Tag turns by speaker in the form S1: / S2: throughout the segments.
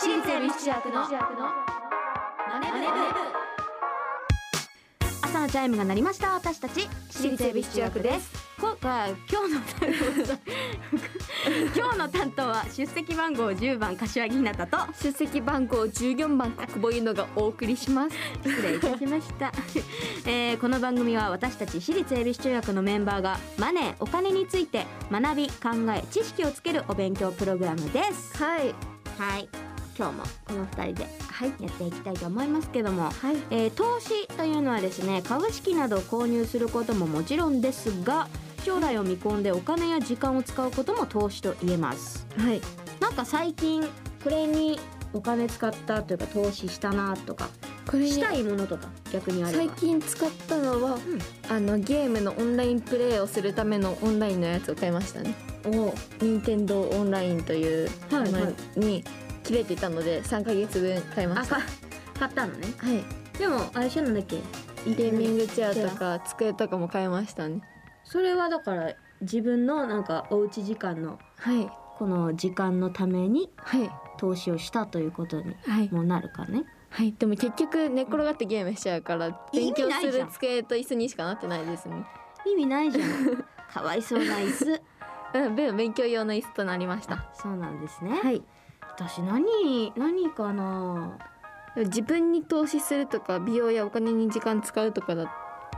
S1: シンセル七尺の
S2: 朝のチャイムが鳴りました私たち
S1: 新整備七役です
S2: 今回今日の担当 今日の担当は出席番号10番柏木ひなたと
S1: 出席番号14番国母ゆのがお送りします
S2: 失礼いたしました、 えーこの番組は私たち私立恵比寿中学のメンバーがマネーお金について学び考え知識をつけるお勉強プログラムです
S1: はい
S2: はい今日もこの2人で
S1: はい
S2: やっていきたいと思いますけども
S1: はい
S2: えー投資というのはですね株式などを購入することももちろんですが将来を見込んでお金や時間を使うことも投資と言えます
S1: はい
S2: なんか最近これにお金使ったというか投資したなとか
S1: これに
S2: したいものとか逆にあれ
S1: 最
S2: ば
S1: 近使ったのは、あのゲームのオンラインプレイをするためのオンラインのやつを買いましたね
S2: お
S1: 任天堂オンラインというも
S2: はいは
S1: のに切れていたので3ヶ月分買いま
S2: あ
S1: した
S2: か
S1: は
S2: 買ったのね
S1: い
S2: でもあれ一緒なんだっけ
S1: ゲーミングチェアとか机とかも買いましたね
S2: それはだから自分のなんかおうち時間の
S1: はい
S2: この時間のために
S1: はい
S2: 投資をしたということに
S1: はい
S2: もなるかね
S1: はい、でも結局寝転がってゲームしちゃうから
S2: 意味
S1: 勉強
S2: ないじゃん
S1: する机と椅子にしかなってないですね。
S2: 意味ないじ ゃんかわいそうな椅子
S1: うん、でも勉強用の椅子となりました。
S2: そうなんですね、
S1: はい。
S2: 私何何かな
S1: でも自分に投資するとか美容やお金に時間使うとかだ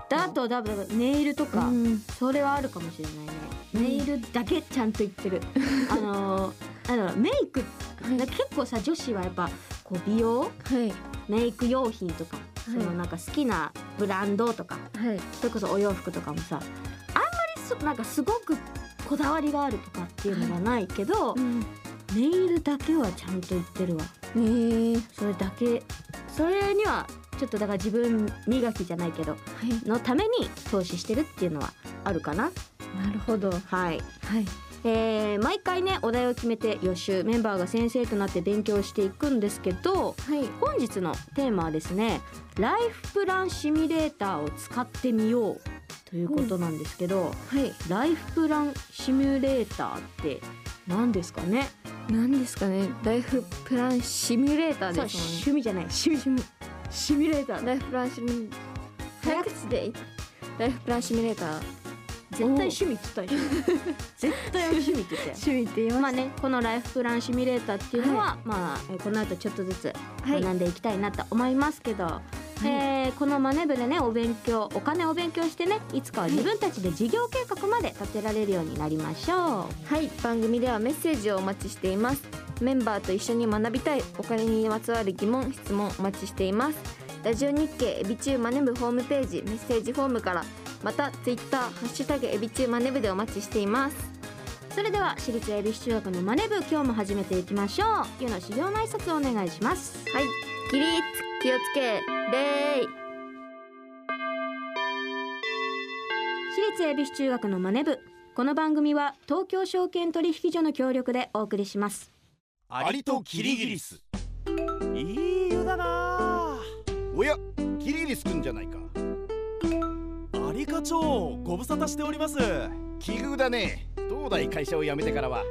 S2: だと多分ネイルと
S1: とか、
S2: か、それはあるかもしれないね
S1: うん
S2: ネイルだけちゃんと言っ てるあのーなんだろうメイクなんか結構さ女子はやっぱこう美容
S1: はい
S2: メイク用品とか、そのなんか好きなブランドとか
S1: はい
S2: それこそお洋服とかもさあんまりそなんかすごくこだわりがあるとかっていうのがないけど、
S1: うん。ね
S2: ネイルだけはちゃんと言ってるわ
S1: え
S2: それだけそれにはちょっとだから自分磨きじゃないけど
S1: は。
S2: のために投資してるっていうのはあるかない
S1: なるほど。は
S2: はい、
S1: い
S2: えー毎回ねお題を決めて予習メンバーが先生となって勉強していくんですけど
S1: はい。
S2: 本日のテーマはですねライフプランシミュレーターを使ってみようということなんですけど、
S1: はい。
S2: ライフプランシミュレーターって何ですかね
S1: なんですかね、ライフプランシミュレーター
S2: そう
S1: ですもんね。
S2: 趣味じゃない趣味シミュレーター
S1: ライフプランシミュレーター。
S2: 早
S1: 早
S2: 口
S1: 口で。ライフプランシミュレーター。
S2: 絶対趣味って言ったでし ょ絶対趣味って言ったよ
S1: 趣味って言い
S2: まあね、このライフプランシミュレーターっていうのは、
S1: は
S2: まあえーこの後ちょっとずつ
S1: はい
S2: 学んでいきたいなと思いますけど、
S1: い
S2: えーこのマネ部でねお勉強お金を勉強してねいつかは自分たちで事業計画まで立てられるようになりましょ
S1: はい番組ではメッセージをお待ちしていますメンバーと一緒に学びたいお金にまつわる疑問質問お待ちしていますラジオ日経エビチューマネブホームページメッセージフォームからまたツイッターハッシュタグエビチューマネブでお待ちしています
S2: うそれでは私立恵比寿中学のマネ部今日も始めていきましょうゆの修行の挨拶をお願いします
S1: はい起立気をつけ礼
S2: 私立恵比寿中学のマネ部この番組は東京証券取引所の協力でお送りします
S3: アリとキリギリスいい湯だなあ
S4: おやキリギリスくんじゃないか
S3: アリ課長ご無沙汰しております
S4: 奇遇だね東大会社を辞めてからは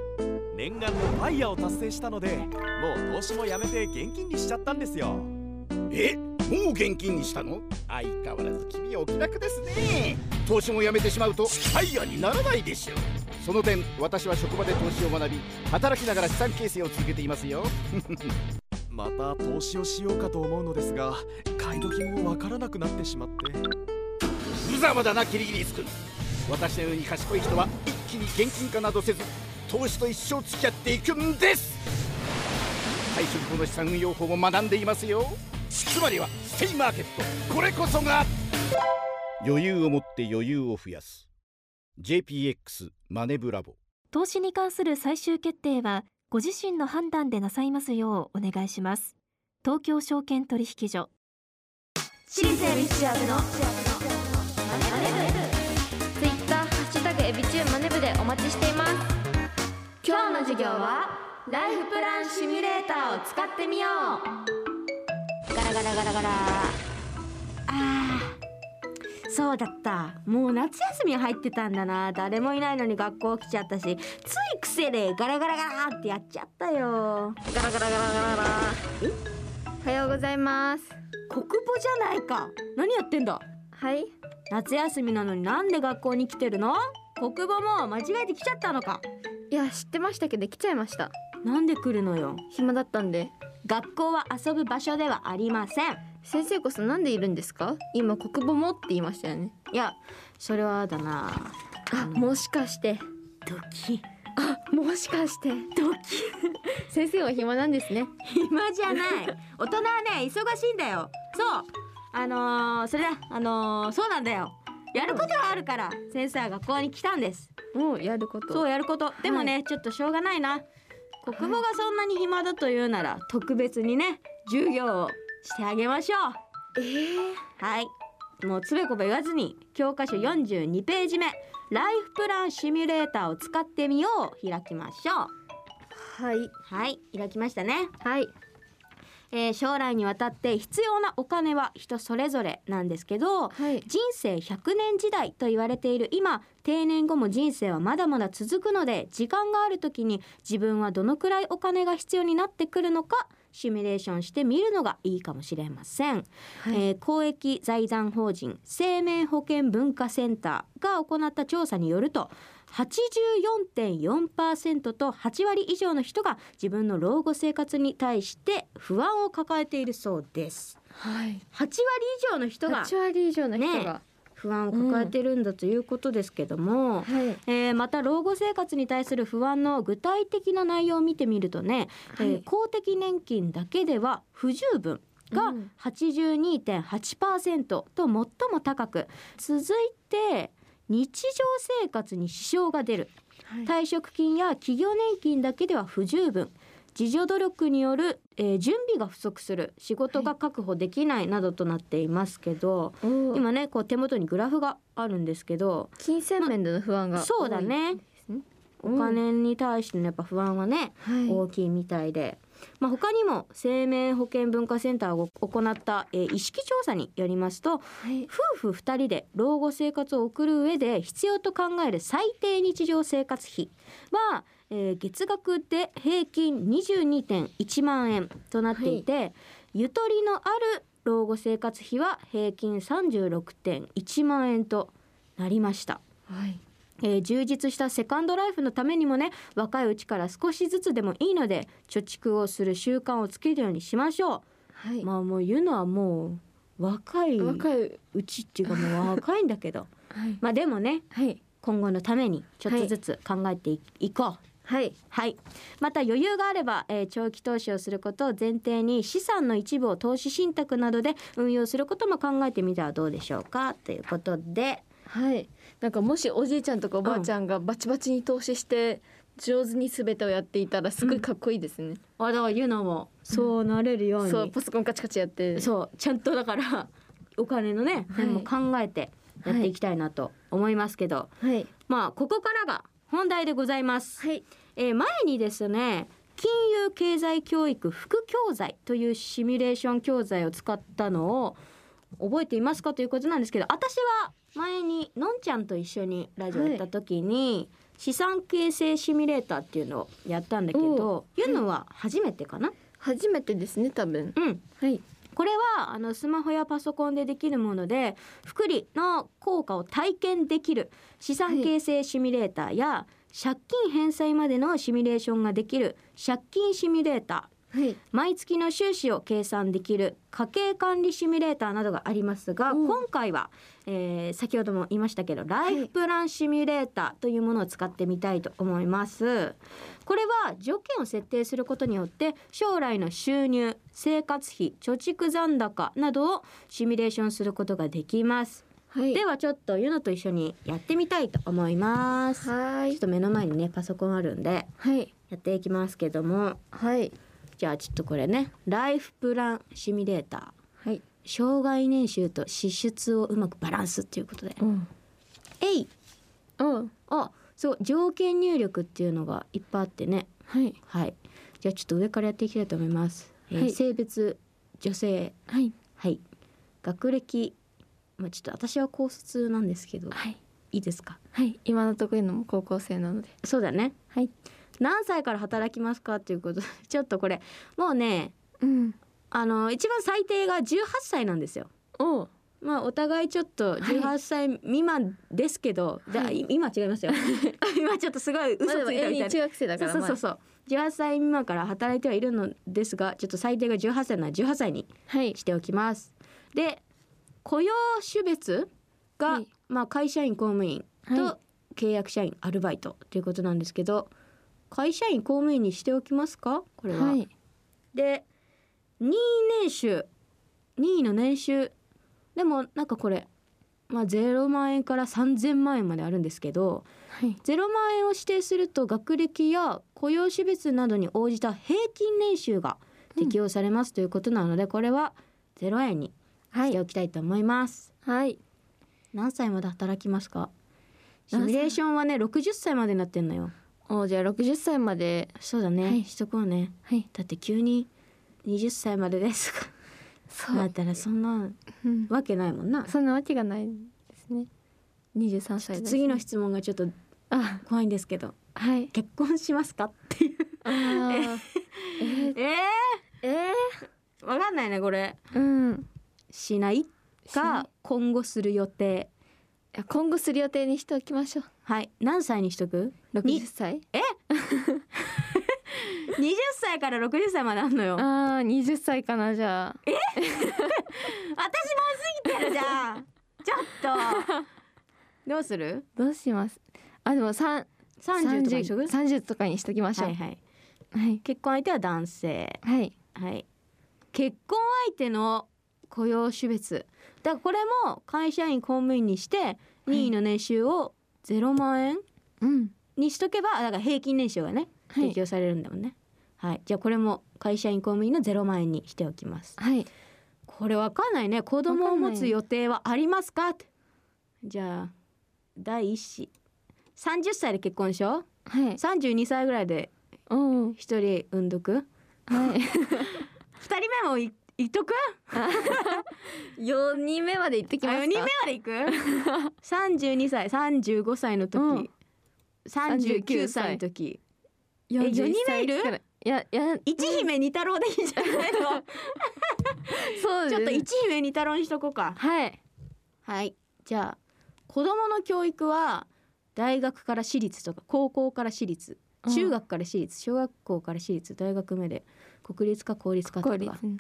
S3: 念願のファイヤーを達成したのでもう投資もやめて現金にしちゃったんですよ
S4: えもう現金にしたの相変わらず君はお気楽ですね投資も辞めてしまうとファイヤーにならないでしょうその点私は職場で投資を学び働きながら資産形成を続けていますよ
S3: また投資をしようかと思うのですが買い時もわからなくなってしまって
S4: 無様だなキリギリスくん私のように賢い人は一気に現金化などせず投資と一生付き合っていくんです退職後の資産運用法も学んでいますよつまりはステイマーケットこれこそが余裕を持って余裕を増やす JPX マネブラボ
S5: 投資に関する最終決定はご自身の判断でなさいますようお願いします東京証券取引所
S2: 私立恵比寿中学の
S1: ツイッターハッシュタグエビチューマネブでお待ちしています今日の授業はライフプランシミュレーターを使ってみよう
S2: ガラガラガラガラあーそうだったもう夏休み入ってたんだな誰もいないのに学校来ちゃったしつい癖でガラガラガラってやっちゃったよ
S1: ガラガラガラガラガラおはようございます
S2: 国語じゃないか何やってんだ
S1: はい
S2: 夏休みなのになんで学校に来てるの国語も間違えて来ちゃったのか
S1: いや知ってましたけど来ちゃいました
S2: なんで来るのよ
S1: 暇だったんで
S2: 学校は遊ぶ場所ではありません
S1: 先生こそなんでいるんですか今国語もって言いましたよね
S2: いやそれはだな
S1: あもしかして
S2: ドキ
S1: もしかしてドキ先生は暇なんですね
S2: 暇じゃない大人はね忙しいんだよそうあのー、それだあのー、そうなんだよやることがあるから先生は学校に来たんです
S1: もうやること
S2: そうやることでもね、ちょっとしょうがないな国語がそんなに暇だというなら、特別にね授業をしてあげましょう
S1: えー、
S2: はいもうつべこべ言わずに教科書42ページ目ライフプランシミュレーターを使ってみよう開きましょう
S1: はい
S2: はい開きましたね
S1: はい
S2: えー将来にわたって必要なお金は人それぞれなんですけど
S1: はい
S2: 人生100年時代と言われている今定年後も人生はまだまだ続くので時間がある時に自分はどのくらいお金が必要になってくるのかシミュレーションしてみるのがいいかもしれません、えー公益財団法人生命保険文化センターが行った調査によると84.4%と8割以上の人が自分の老後生活に対して不安を抱えているそうです
S1: はい
S2: 8割以上の人が
S1: 8割以上の人が、
S2: 不安を抱えてるんだということですけども、
S1: はい
S2: えーまた老後生活に対する不安の具体的な内容を見てみるとね、
S1: はい
S2: えー公的年金だけでは不十分
S1: う
S2: が
S1: ん
S2: 82.8%と最も高く続いて日常生活に支障が出る
S1: はい
S2: 退職金や企業年金だけでは不十分自助努力による、えー準備が不足する仕事が確保できないなどとなっていますけど、
S1: おー
S2: 今ねこう手元にグラフがあるんですけど
S1: 金銭面での不安が、
S2: そうだね
S1: 多い
S2: お金に対してのやっぱ不安はね、
S1: はい
S2: 大きいみたいで、まあ、他にも生命保険文化センターが行った、えー意識調査によります
S1: は
S2: と
S1: い
S2: 夫婦2人で老後生活を送る上で必要と考える最低日常生活費は、えー月額で平均22.1万円となっていて、ゆとりのある老後生活費は平均36.1万円となりました。
S1: はい
S2: えー充実したセカンドライフのためにもね若いうちから少しずつでもいいので貯蓄をする習慣をつけるようにしましょ
S1: はい、
S2: う。まあもう言うのはもう若い
S1: 若いう
S2: ちっていうかもう若いんだけ ど
S1: はい
S2: まあでもね
S1: はい
S2: 今後のためにちょっとずつ考えていいこう。
S1: はい
S2: はい、また余裕があれば、えー長期投資をすることを前提に資産の一部を投資信託などで運用することも考えてみてはどうでしょうかということで
S1: はいなんかもしおじいちゃんとかおばあちゃんがバチバチに投資して上手に全てをやっていたらすごいかっこいいですね、
S2: あだからユナもそうなれるように、
S1: そうパソコンカチカチやって
S2: そうちゃんとだからお金のね、
S1: はい
S2: 面も考えてやっていきたいなと思いますけど、
S1: はい
S2: まあここからが本題でございます。
S1: はい
S2: えー前にですね金融経済教育副教材というシミュレーション教材を使ったのを覚えていますかということなんですけど私は前にのんちゃんと一緒にラジオやった時に、資産形成シミュレーターっていうのをやったんだけどいうのは初めてかな、
S1: 初めてですね多分
S2: うん
S1: はい
S2: これはあのスマホやパソコンでできるもので福利の効果を体験できる資産形成シミュレーターや、借金返済までのシミュレーションができる借金シミュレーター
S1: はい
S2: 毎月の収支を計算できる家計管理シミュレーターなどがありますが、
S1: うん
S2: 今回は、えー先ほども言いましたけどライフプランシミュレーターというものを使ってみたいと思います。これは条件を設定することによって将来の収入生活費貯蓄残高などをシミュレーションすることができます。
S1: はい
S2: ではちょっとユナと一緒にやってみたいと思います。
S1: は
S2: ちょっ
S1: い
S2: と目の前にねパソコンあるんで
S1: はい
S2: やっていきますけども
S1: はい
S2: じゃあちょっとこれねライフプランシミュレータ
S1: はい
S2: ー障害年収と支出をうまくバランスっていうことで、
S1: うん
S2: えい
S1: うん
S2: あそう条件入力っていうのがいっぱいあってね
S1: はい
S2: はいじゃあちょっと上からやっていきたいと思います、えー
S1: はい
S2: 性別女性
S1: はい
S2: はい学歴まあ、ちょっと私は高卒なんですけど
S1: はい
S2: いいですか
S1: はい今のところのも高校生なので
S2: そうだね
S1: はい
S2: 何歳から働きますかっていうことでちょっとこれもうね
S1: うん
S2: あの一番最低が18歳なんですよ
S1: おう
S2: まあお互いちょっと18歳未満ですけど、じゃあ
S1: はい
S2: い今違いますよ 今ちょっとすごい嘘つ
S1: まあでも
S2: いたみたいな
S1: 中学生だから
S2: そうそうそうそう18歳未満から働いてはいるのですがちょっと最低が18歳なら18歳に
S1: まあはい
S2: しておきますで雇用種別が、
S1: はい
S2: まあ、会社員公務員
S1: は
S2: と契約社員アルバイトということなんですけど会社員公務員にしておきますかこれは、
S1: はい
S2: で任意年収任意の年収でもなんかこれ、まあ、0万円から3,000万円まであるんですけど
S1: はい
S2: 0万円を指定すると学歴や雇用種別などに応じた平均年収が適用されますということなので、これは0円にしておきたいと思います。
S1: はい
S2: 何歳まで働きますかシ
S1: 何歳
S2: ミュレーションはね60歳までになってんのよ。
S1: おうじゃあ60歳まで
S2: そうだね、
S1: はい
S2: しとこうね。
S1: はい
S2: だって急に20歳までですか
S1: そ
S2: だったらそんな
S1: うん
S2: わけないもんな。
S1: そんなわけがないですね23歳です
S2: 次の質問がちょっと
S1: あ
S2: 怖いんですけど
S1: はい
S2: 結婚しますかっていう。
S1: あーえ
S2: え
S1: ええ
S2: ー、わかんないねこれ。
S1: ーうん
S2: しない
S1: が
S2: が今後する予定
S1: 今後する予定にしておきましょう
S2: はい何歳にしとく
S1: 60歳
S2: 20歳から60歳まであんのよ私も
S1: ああ20歳かなじゃあ
S2: 過ぎてるじゃ んちょっとどうする
S1: どうしますあでも三
S2: 30とかにしとく
S1: 三十とかにしときましょう
S2: はいはい
S1: はい
S2: 結婚相手は男性
S1: はい
S2: はい結婚相手の雇用種別だからこれも会社員公務員にして任意の年収を0万円
S1: うん
S2: にしとけばだから平均年収がね
S1: は
S2: 提
S1: い
S2: 供されるんだもんねはい、じゃあこれも会社員公務員の0万円にしておきます
S1: はい
S2: これわかんないね子供を持つ予定はありますかってじゃあ第一子30歳で結婚でしょ
S1: はい
S2: 32歳ぐらいで
S1: おう
S2: 一人産んどく
S1: はい
S2: 二人目もいいっとく
S1: 四人目まで行ってきます
S2: あ
S1: か
S2: 四人目までいく 32歳35歳の時、
S1: うん
S2: 39歳の時
S1: 四十
S2: え四人目いる
S1: 歳からいやいや
S2: 一姫二太郎でいいんじゃないの
S1: そう
S2: ちょっと
S1: です
S2: 一姫二太郎にしとこうか
S1: はい
S2: はいじゃあ子どもの教育は大学から私立とか高校から私立
S1: うん
S2: 中学から私立小学校から私立大学まで国立か公立かと
S1: 公
S2: か
S1: 立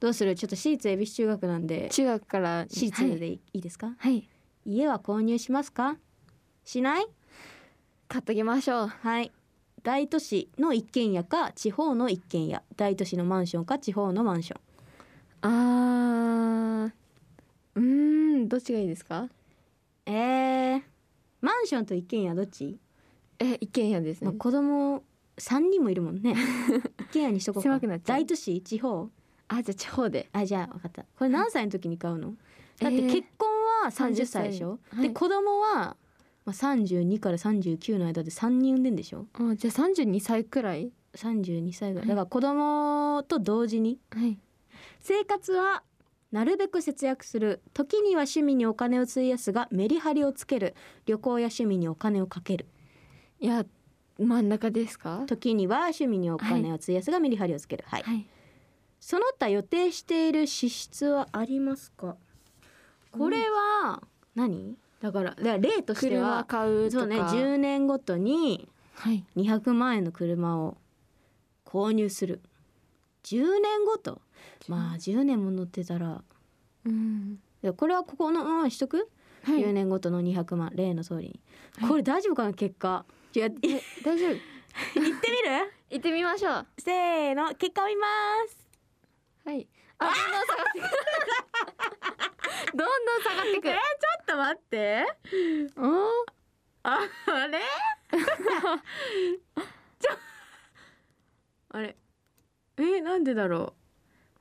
S2: どうするちょっと私立恵比寿中学なんで
S1: 中学から
S2: 私
S1: は
S2: 立
S1: い
S2: でいいですか、
S1: はい
S2: 家は購入しますかしない
S1: 買っときましょう
S2: はい大都市の一軒家か地方の一軒家大都市のマンションか地方のマンション
S1: あーうーんどっちがいいですか
S2: えー、マンションと一軒家どっち、
S1: え一軒家です
S2: ま
S1: ね
S2: あ、子供三人もいるもんね 一軒家にしとこうか
S1: 狭くなっちゃう
S2: 大都市地方
S1: あじゃあ地方で
S2: あじゃあ分かったこれ何歳の時に買うの、だって
S1: えー
S2: 結婚は30歳でしょ、
S1: はい
S2: で子供はまあ32から39の間で3人産んでんでしょ
S1: あじゃあ三十二歳くらい
S2: 32歳ぐら
S1: はいい
S2: だから子供と同時に
S1: はい
S2: 生活はなるべく節約する時には趣味にお金を費やすがメリハリをつける旅行や趣味にお金をかける
S1: いや真ん中ですか
S2: 時には趣味にお金を費やすがメリハリをつけるはい、
S1: はい
S2: その他予定している支出はありますかこれは何だからだから例として
S1: 車
S2: は
S1: 買うとか
S2: そうね10年ごとに
S1: はい
S2: 200万円の車を購入する10年ごとまあ10年も乗ってたら
S1: うん
S2: いやこれはここのままにしとく、
S1: はい
S2: 10年ごとの200万例の通りにこれ大丈夫かな結果い やい行って
S1: 大丈夫
S2: みる
S1: 行ってみましょう
S2: せーの結果見ます
S1: はいあどんどん下がってくどんどん下がっ
S2: ちょっと待って
S1: てくおー
S2: ああ れちょあれえなんでだろ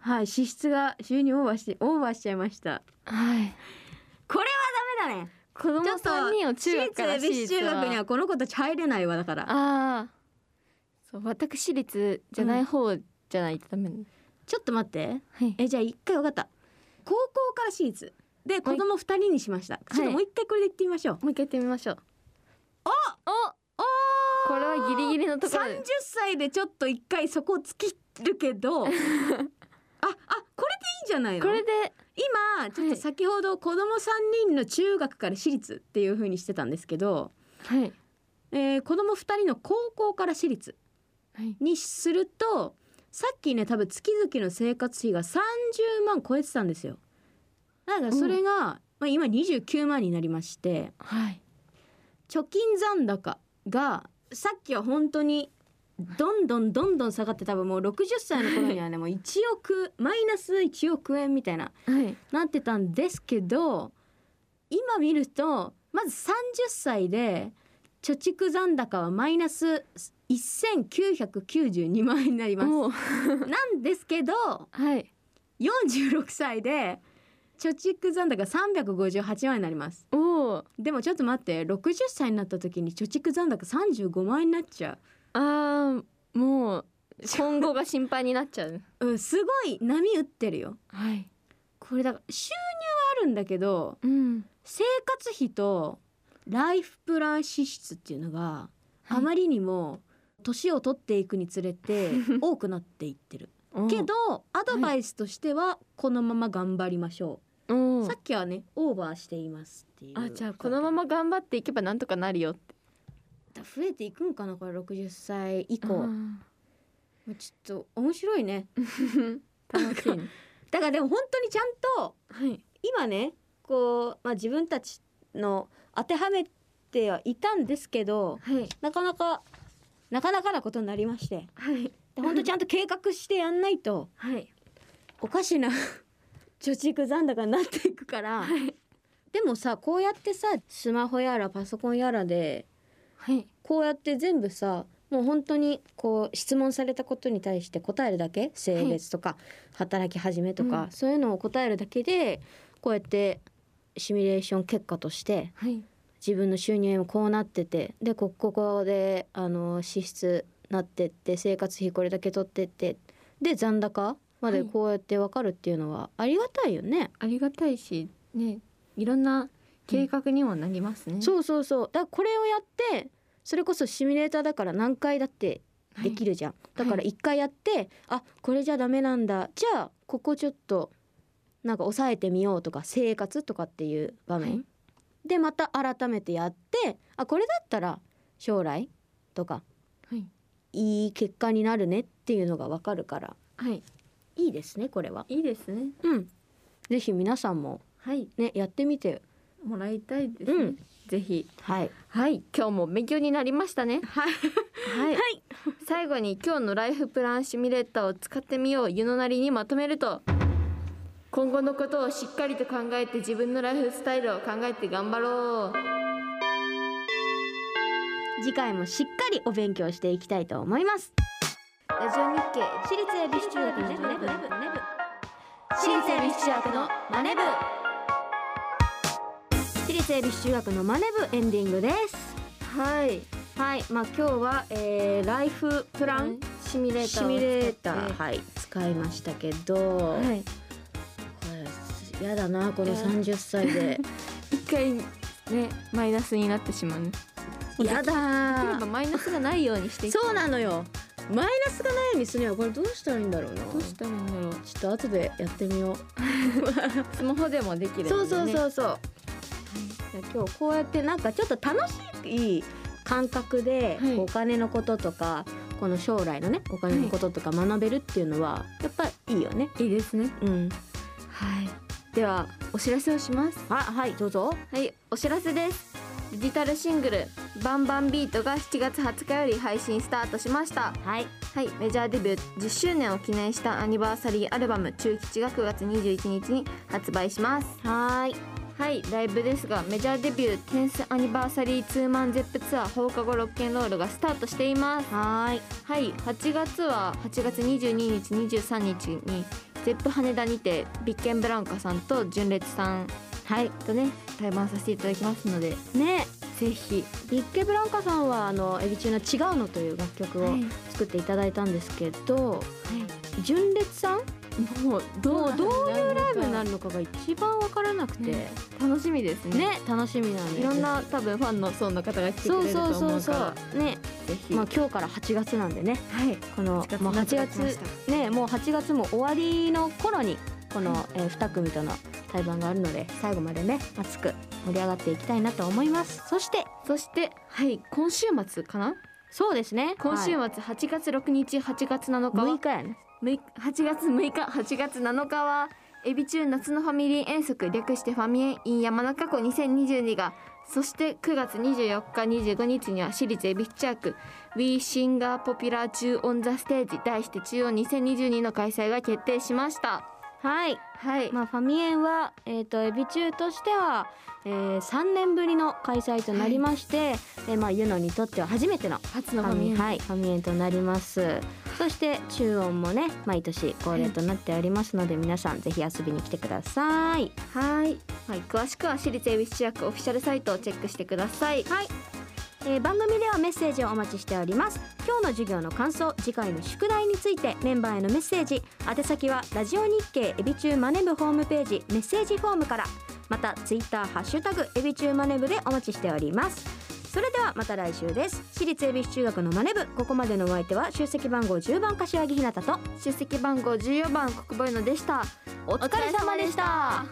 S2: うはい支出が収入オーバーしオーバーしちゃいました
S1: はい
S2: これはダメだね
S1: 子供
S2: ちょっと
S1: 三人を中学から
S2: 私立恵比寿中学にはこの子たち入れないわだから
S1: ああそう私私立じゃない方じゃないとダメなの、
S2: ちょっと待って
S1: はい
S2: えじゃあ一回わかった高校から私立で子供二人にしました、ちょっともう一回これで言ってみましょう、
S1: もう一回やってみましょうおこれはギリギリのところ
S2: 30歳でちょっと一回そこを突きる けどああこれでいいんじゃないの
S1: これで
S2: 今ちょっと先ほど子供3人の中学から私立っていう風にしてたんですけど、
S1: はい
S2: えー子供2人の高校から私立
S1: はい
S2: にするとさっきね多分月々の生活費が30万超えてたんですよ。だからそれが、まあ、今29万になりまして
S1: はい
S2: 貯金残高がさっきは本当にどんどんどんどん下がって多分もう60歳の頃にはねもう1億マイナス1億円みたいな
S1: はい
S2: なってたんですけど今見るとまず30歳で貯蓄残高はマイナス1992万円になります。
S1: おー
S2: なんですけど
S1: はい
S2: 46歳で貯蓄残高358万円になります。
S1: おお
S2: でもちょっと待って60歳になった時に貯蓄残高35万円になっちゃ
S1: あーもう今後が心配になっちゃう
S2: う、うん、すごい波打ってるよ。
S1: はい
S2: これだから収入はあるんだけど
S1: うん
S2: 生活費とライフプラン支出っていうのが
S1: はい
S2: あまりにも年を取っていくにつ れて多くなっていってる、けどアドバイスとしてはこのまま頑張りましょう、
S1: おお
S2: さっきはねオーバーしていますっていう
S1: あじゃあこのまま頑張っていけばなんとかなるよって
S2: 増えていくんかなこれ60歳以降、も
S1: あ
S2: うちょっと面白いね
S1: ー楽しいね
S2: だからでも本当にちゃんと
S1: はい
S2: 今ねこう、まあ、自分たちの当てはめてはいたんですけど
S1: はい
S2: なかなかなかなかなことになりまして
S1: はい
S2: で本当ちゃんと計画してやんない と
S1: はい
S2: おかしな 貯蓄残高になっていくから、でもさこうやってさスマホやらパソコンやらで
S1: はい
S2: こうやって全部さもう本当にこう質問されたことに対して答えるだけ性別とか働き始めとか、
S1: うん
S2: そういうのを答えるだけでこうやってシミュレーション結果として
S1: はい
S2: 自分の収入もこうなっててでこここであの支出なってって生活費これだけ取ってってで残高まで
S1: はい
S2: こうやって分かるっていうのはありがたいよね。
S1: ありがたいしねいろんな計画にもなりますね、
S2: そうそうそうだからこれをやってそれこそシミュレーターだから何回だってできるじゃん、だから
S1: はい
S2: 一回やって、あこれじゃダメなんだじゃあここちょっとなんか抑えてみようとか生活とかっていう場面、
S1: はい
S2: でまた改めてやってあこれだったら将来とか
S1: はい
S2: いい結果になるねっていうのがわかるから
S1: はい
S2: いいですねこれはい
S1: いですね
S2: うんぜひ皆さんも
S1: はい
S2: ねやってみて
S1: もらいたいですね、
S2: うん
S1: ぜひ
S2: はい
S1: はい今日も勉強になりましたね
S2: はい
S1: はい、最後に今日のライフプランシミュレーターを使ってみよう湯のなりにまとめると今後のことをしっかりと考えて自分のライフスタイルを考えて頑張ろう
S2: 次回もしっかりお勉強していきたいと思います
S1: ラジオ日経
S2: 私立恵比寿中学のマネ部私立恵比寿中学のマネ部私立恵比寿中学のマネ部エンディングです
S1: はい
S2: はいまあ今日は、えー、ライフプ
S1: プ
S2: ラン
S1: シミュレーター
S2: シミュレータ
S1: を
S2: ー
S1: 使
S2: はい使いましたけど、
S1: ってはい
S2: これやだなこの
S1: いや
S2: 30歳 で
S1: 一回ねマイナスになってしまうね
S2: や
S1: できれ
S2: だ
S1: ばマイナスがないようにしていく
S2: そうなのよマイナスがないようにするにはこれどうしたらいいんだろうな
S1: どうしたらいいんだろう
S2: ちょっと後でやってみよう
S1: スマホでもできるんだよ
S2: そ
S1: ね
S2: うそうそうそう。じゃあ今日こうやってなんかちょっと楽しい感覚で
S1: はい
S2: お金のこととか、この将来のねお金のこととか学べるっていうのはやっぱいいよね。
S1: いいですね
S2: うん。
S1: はいではお知らせをします
S2: あはいどうぞ。
S1: はい、お知らせです。デジタルシングル「バンバンビート」が7月20日より配信スタートしました。
S2: はい
S1: はい、メジャーデビュー10周年を記念したアニバーサリーアルバム「中吉」が9月21日に発売します。
S2: はーい
S1: はい、ライブですがメジャーデビュー10スアニバーサリーツーマンゼップツアー放課後ロッケンロールがスタートしています。
S2: はーい
S1: はい、8月は8月22日23日にゼップ羽田にてビッケンブランカさんと純烈さん
S2: はい
S1: とね対バンさせていただきますので
S2: ね
S1: ぜひ
S2: ビッケブランカさんはあのエビ中の違うのという楽曲を
S1: はい
S2: 作っていただいたんですけど、純烈さん
S1: もうど
S2: もう
S1: うど
S2: どう
S1: う
S2: い
S1: いうラ
S2: うラ
S1: イ
S2: イ
S1: ブ
S2: ブ
S1: に
S2: に
S1: な
S2: な
S1: る
S2: るのかが一番分からなくて、ね
S1: 楽しみですね
S2: 楽しみなんです
S1: いろんな多分ファンの層の方が来て
S2: そ
S1: く
S2: う
S1: れると
S2: そうそ
S1: 思
S2: う
S1: うか
S2: そ
S1: ら
S2: うね
S1: ぜひ、
S2: まあ今日から8月なんでね
S1: はい
S2: この
S1: 8月
S2: もう8
S1: になって
S2: 月
S1: きま
S2: ねもう8月も終わりの頃にこの、えー、2組との対バンがあるので最後までね熱く盛り上がっていきたいなと思いますそして
S1: そしてはい今週末かな
S2: そうですね
S1: 今週末
S2: は
S1: 8月6日8月7日は
S2: 6日やね
S1: 6 8月6日8月7日はエビ中夏のファミリー遠足略してファミエン in 山中湖2022がそして9月24日25日には私立エビフチャーク We Singer Popular 中 on the Stage 題して中央2022の開催が決定しました
S2: はい
S1: はい、
S2: まあ、ファミエンは、えー、とエビ中としては、えー、3年ぶりの開催となりまして、えーまあ、ユノにとっては初めての
S1: 初
S2: フ
S1: のファ
S2: ァ
S1: ミエ
S2: ミ,、
S1: ン
S2: はい、ファミエンとなりますそして中音もね毎年恒例となっておりますので、皆さんぜひ遊びに来てください
S1: はい、はい、詳しくは私立恵比寿中学オフィシャルサイトをチェックしてください。はい、
S2: えー番組ではメッセージをお待ちしております今日の授業の感想次回の宿題についてメンバーへのメッセージ宛先はラジオ日経エビ中マネブホームページメッセージフォームからまたツイッターハッシュタグエビ中マネブでお待ちしておりますそれではまた来週です私立恵比寿中学のマネブここまでのお相手は出席番号10番柏木ひなたと
S1: 出席番号14番国母のでした。お疲
S2: れ様で
S1: した。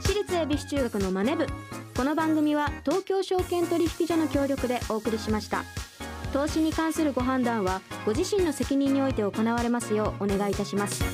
S2: 私立恵比寿中学のマネ部この番組は東京証券取引所の協力でお送りしました投資に関するご判断はご自身の責任において行われますようお願いいたします